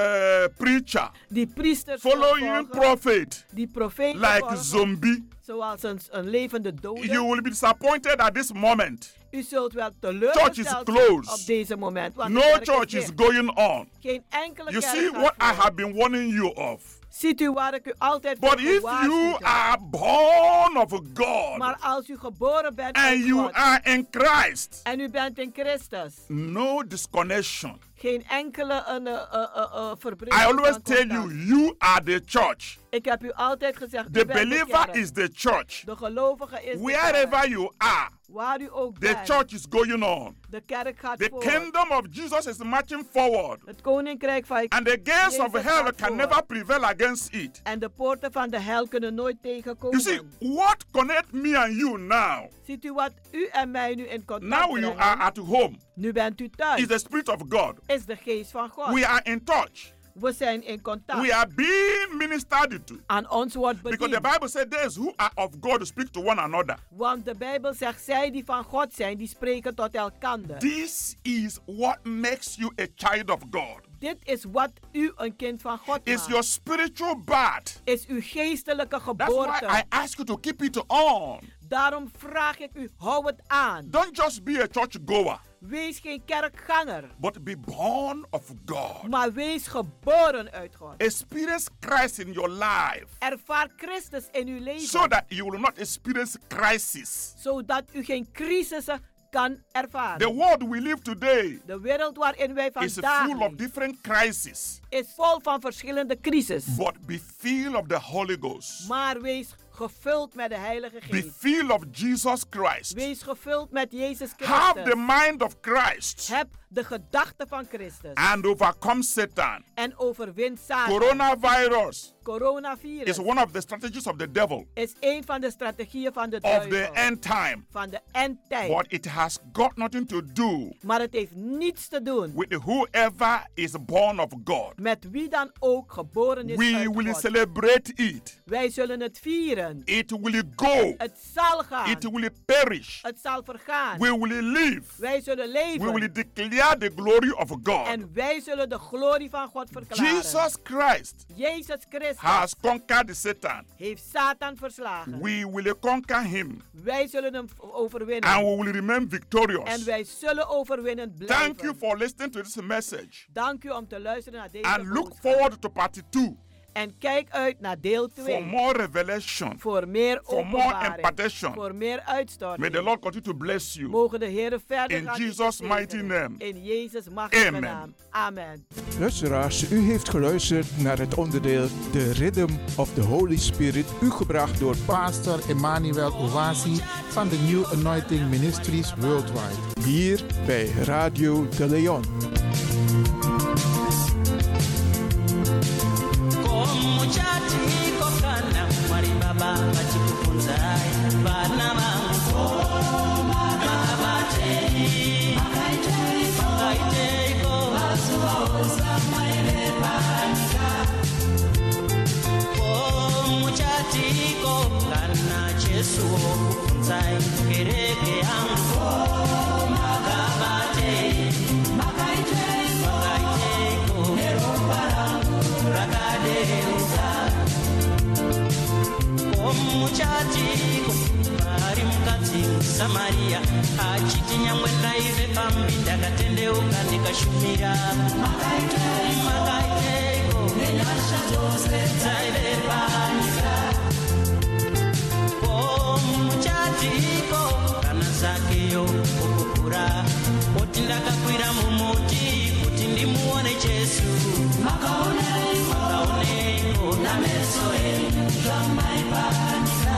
E: preacher,
G: die priesters
E: following
G: volgen,
E: prophet,
G: die profeten
E: like
G: volgen,
E: zombie,
G: zoals een, een levende dode.
E: you will be disappointed at this moment.
G: U zult wel
E: Church is
G: teleurgesteld zijn
E: closed.
G: op deze moment. Want de
E: No
G: kerk is
E: church is
G: dicht.
E: going on.
G: Geen enkele
E: You
G: kerk
E: see
G: gaat
E: what I
G: voor.
E: have been warning you of.
G: Ziet u waar ik u altijd voor
E: But if you
G: gewaarschuwd heb.
E: are born of God
G: Maar als u geboren bent
E: and
G: uit
E: you
G: God
E: are in Christ,
G: en u bent in Christus,
E: no disconnection.
G: geen enkele een, eh, eh, eh, eh, verbreking
E: I always
G: van
E: tell
G: contact.
E: you, you are the church.
G: Ik heb u altijd gezegd, u
E: The
G: bent de
E: believer
G: kerk.
E: is the church.
G: De gelovige is de kerk.
E: Wherever you are,
G: Waar u ook
E: the
G: bent,
E: church is going on.
G: de kerk gaat
E: The
G: voort.
E: kingdom of Jesus is marching forward,
G: Het koninkrijk van
E: and the gates of
G: Jezus
E: hell
G: gaat
E: can
G: voort.
E: never prevail against it.
G: En de poorten van de hel kunnen nooit
E: You
G: tegenkomen.
E: see, what connect me and you now?
G: Ziet u wat u en mij nu in contact
E: Now you
G: brengen?
E: are at home.
G: Nu bent u thuis.
E: Is the spirit of God.
G: Is de geest van God.
E: We are in touch.
G: We zijn in contact.
E: We are being ministered to.
G: Aan ons wordt
E: Because the
G: bediend.
E: Bible said those who are of God speak to one another.
G: Want de Bijbel zegt, zij die van God zijn, die spreken tot elkander.
E: This is what makes you a child of God.
G: Dit is wat u een kind van God
E: It's
G: maakt.
E: your spiritual birth.
G: Is uw geestelijke
E: That's why
G: geboorte.
E: I ask you to keep it on.
G: Daarom vraag ik u, hou het aan.
E: Don't just be a church goer,
G: Wees geen kerkganger,
E: but be born of God.
G: maar wees geboren uit God.
E: Experience Christ in your life
G: Ervaar Christus in uw leven,
E: so that you will not experience crisis.
G: zodat u geen crisissen kan
E: The
G: ervaren.
E: world we live today
G: De wereld waarin wij
E: is
G: vandaag
E: full of
G: leven,
E: different crises,
G: is vol van verschillende crisis.
E: but be filled of the Holy Ghost.
G: Maar wees gevuld met de Heilige
I: Be
G: Geest.
I: filled of Jesus Christ.
G: Wees gevuld met Jezus Christus.
I: Have the mind of Christ
G: Heb de gedachte van Christus.
I: and overcome Satan.
G: en overwin Satan.
I: Coronavirus
G: Coronavirus
I: is one of the strategies of the devil
G: is een van de strategieën van de
I: of
G: duivel.
I: the end time.
G: van de endtijd.
I: But it has got nothing to do
G: maar het heeft niets te doen
I: with whoever is born of God.
G: met wie dan ook geboren is
I: We
G: uit
I: will
G: God.
I: celebrate it.
G: Wij zullen het vieren.
I: It will go.
G: Het zal gaan.
I: It will perish.
G: het zal vergaan.
I: We will live.
G: wij zullen
I: We
G: leven.
I: will declare the glory of God.
G: en wij zullen de glorie van God verklaren.
I: Jesus Christ
G: Jezus Christus
I: has conquered Satan.
G: heeft Satan verslagen.
I: We will conquer him
G: wij zullen hem overwinnen.
I: and we will remain
G: en
I: victorious.
G: wij zullen overwinnend blijven.
I: Thank you for listening to this message
G: Dank u om te luisteren naar deze
I: and look
G: boodschap.
I: forward to part 2
G: En kijk uit naar deel 2.
I: for more revelation,
G: voor meer
I: for more
G: openbaring.
I: impartation.
G: Voor meer
I: May
G: uitstorting.
I: the Lord continue to bless you.
G: Mogen de Heer verder
I: In
G: gaan u
I: Jesus'
G: zegenen.
I: mighty name.
G: In Jezus machtige
I: Amen.
G: naam. Amen.
E: Luisteraars, u heeft geluisterd naar het onderdeel The Rhythm of the Holy Spirit, u gebracht door
A: Pastor Emmanuel Owasi van de New Anointing Ministries Worldwide.
E: hier bij Radio de Leon.
H: Yesu wokufunza kereke yangu makabate makaiteko rakadeuza omuchatiko ari mukadzi musamariya achiti nyangwe ndaive pambi ndakatendeuka ndikashumira makaiteko nenyasha dzose dzaive panyika muchatiko kana zakeyo kukukura kuti ndakakwira mumuti kuti ndimuone jesu makaoneko nameso enyu zvamaipanika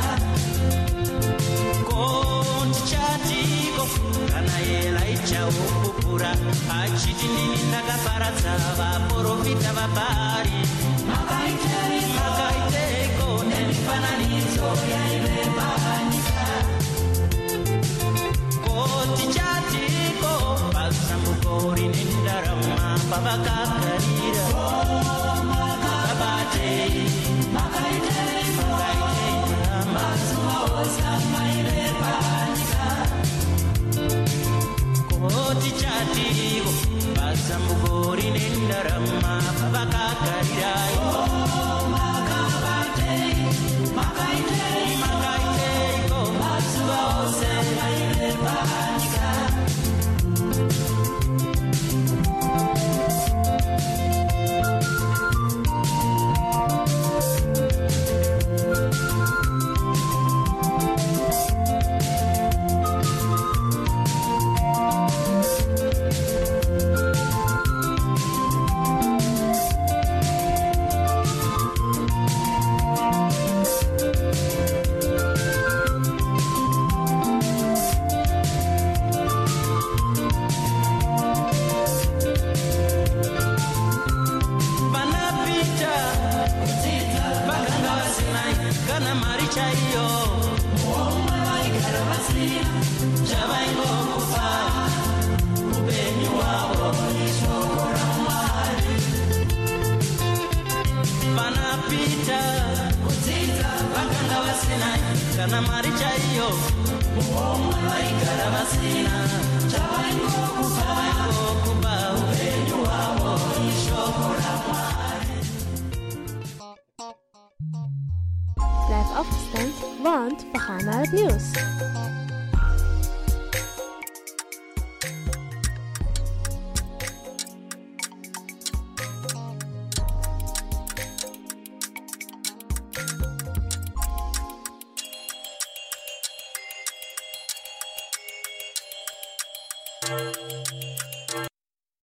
H: kotichatiko kana yelaichawo kukura achiti nini ndakaparadza vaprofita vabhari makaiteko nemifananidzo yaive panyika kotichatiko pasambuko rine ndarama pavakakarira kabatei makaiteka mazuva ose maive panyika koti chatiko pasambuko rine ndarama pavakakarirayo makaiteko mazuva ose maive panyika vanapita vakanga vasina kana mari chaiyo omwe vaigara vasina chavaingokufa upenyu hwavo ishoko ramwari vanapita vakanga vasina kana mari chaiyo omwe vaigara vasina chavaingokufa upenyu hwavo ishoko ramwari
P: Blijf afgestemd, want we gaan naar het nieuws.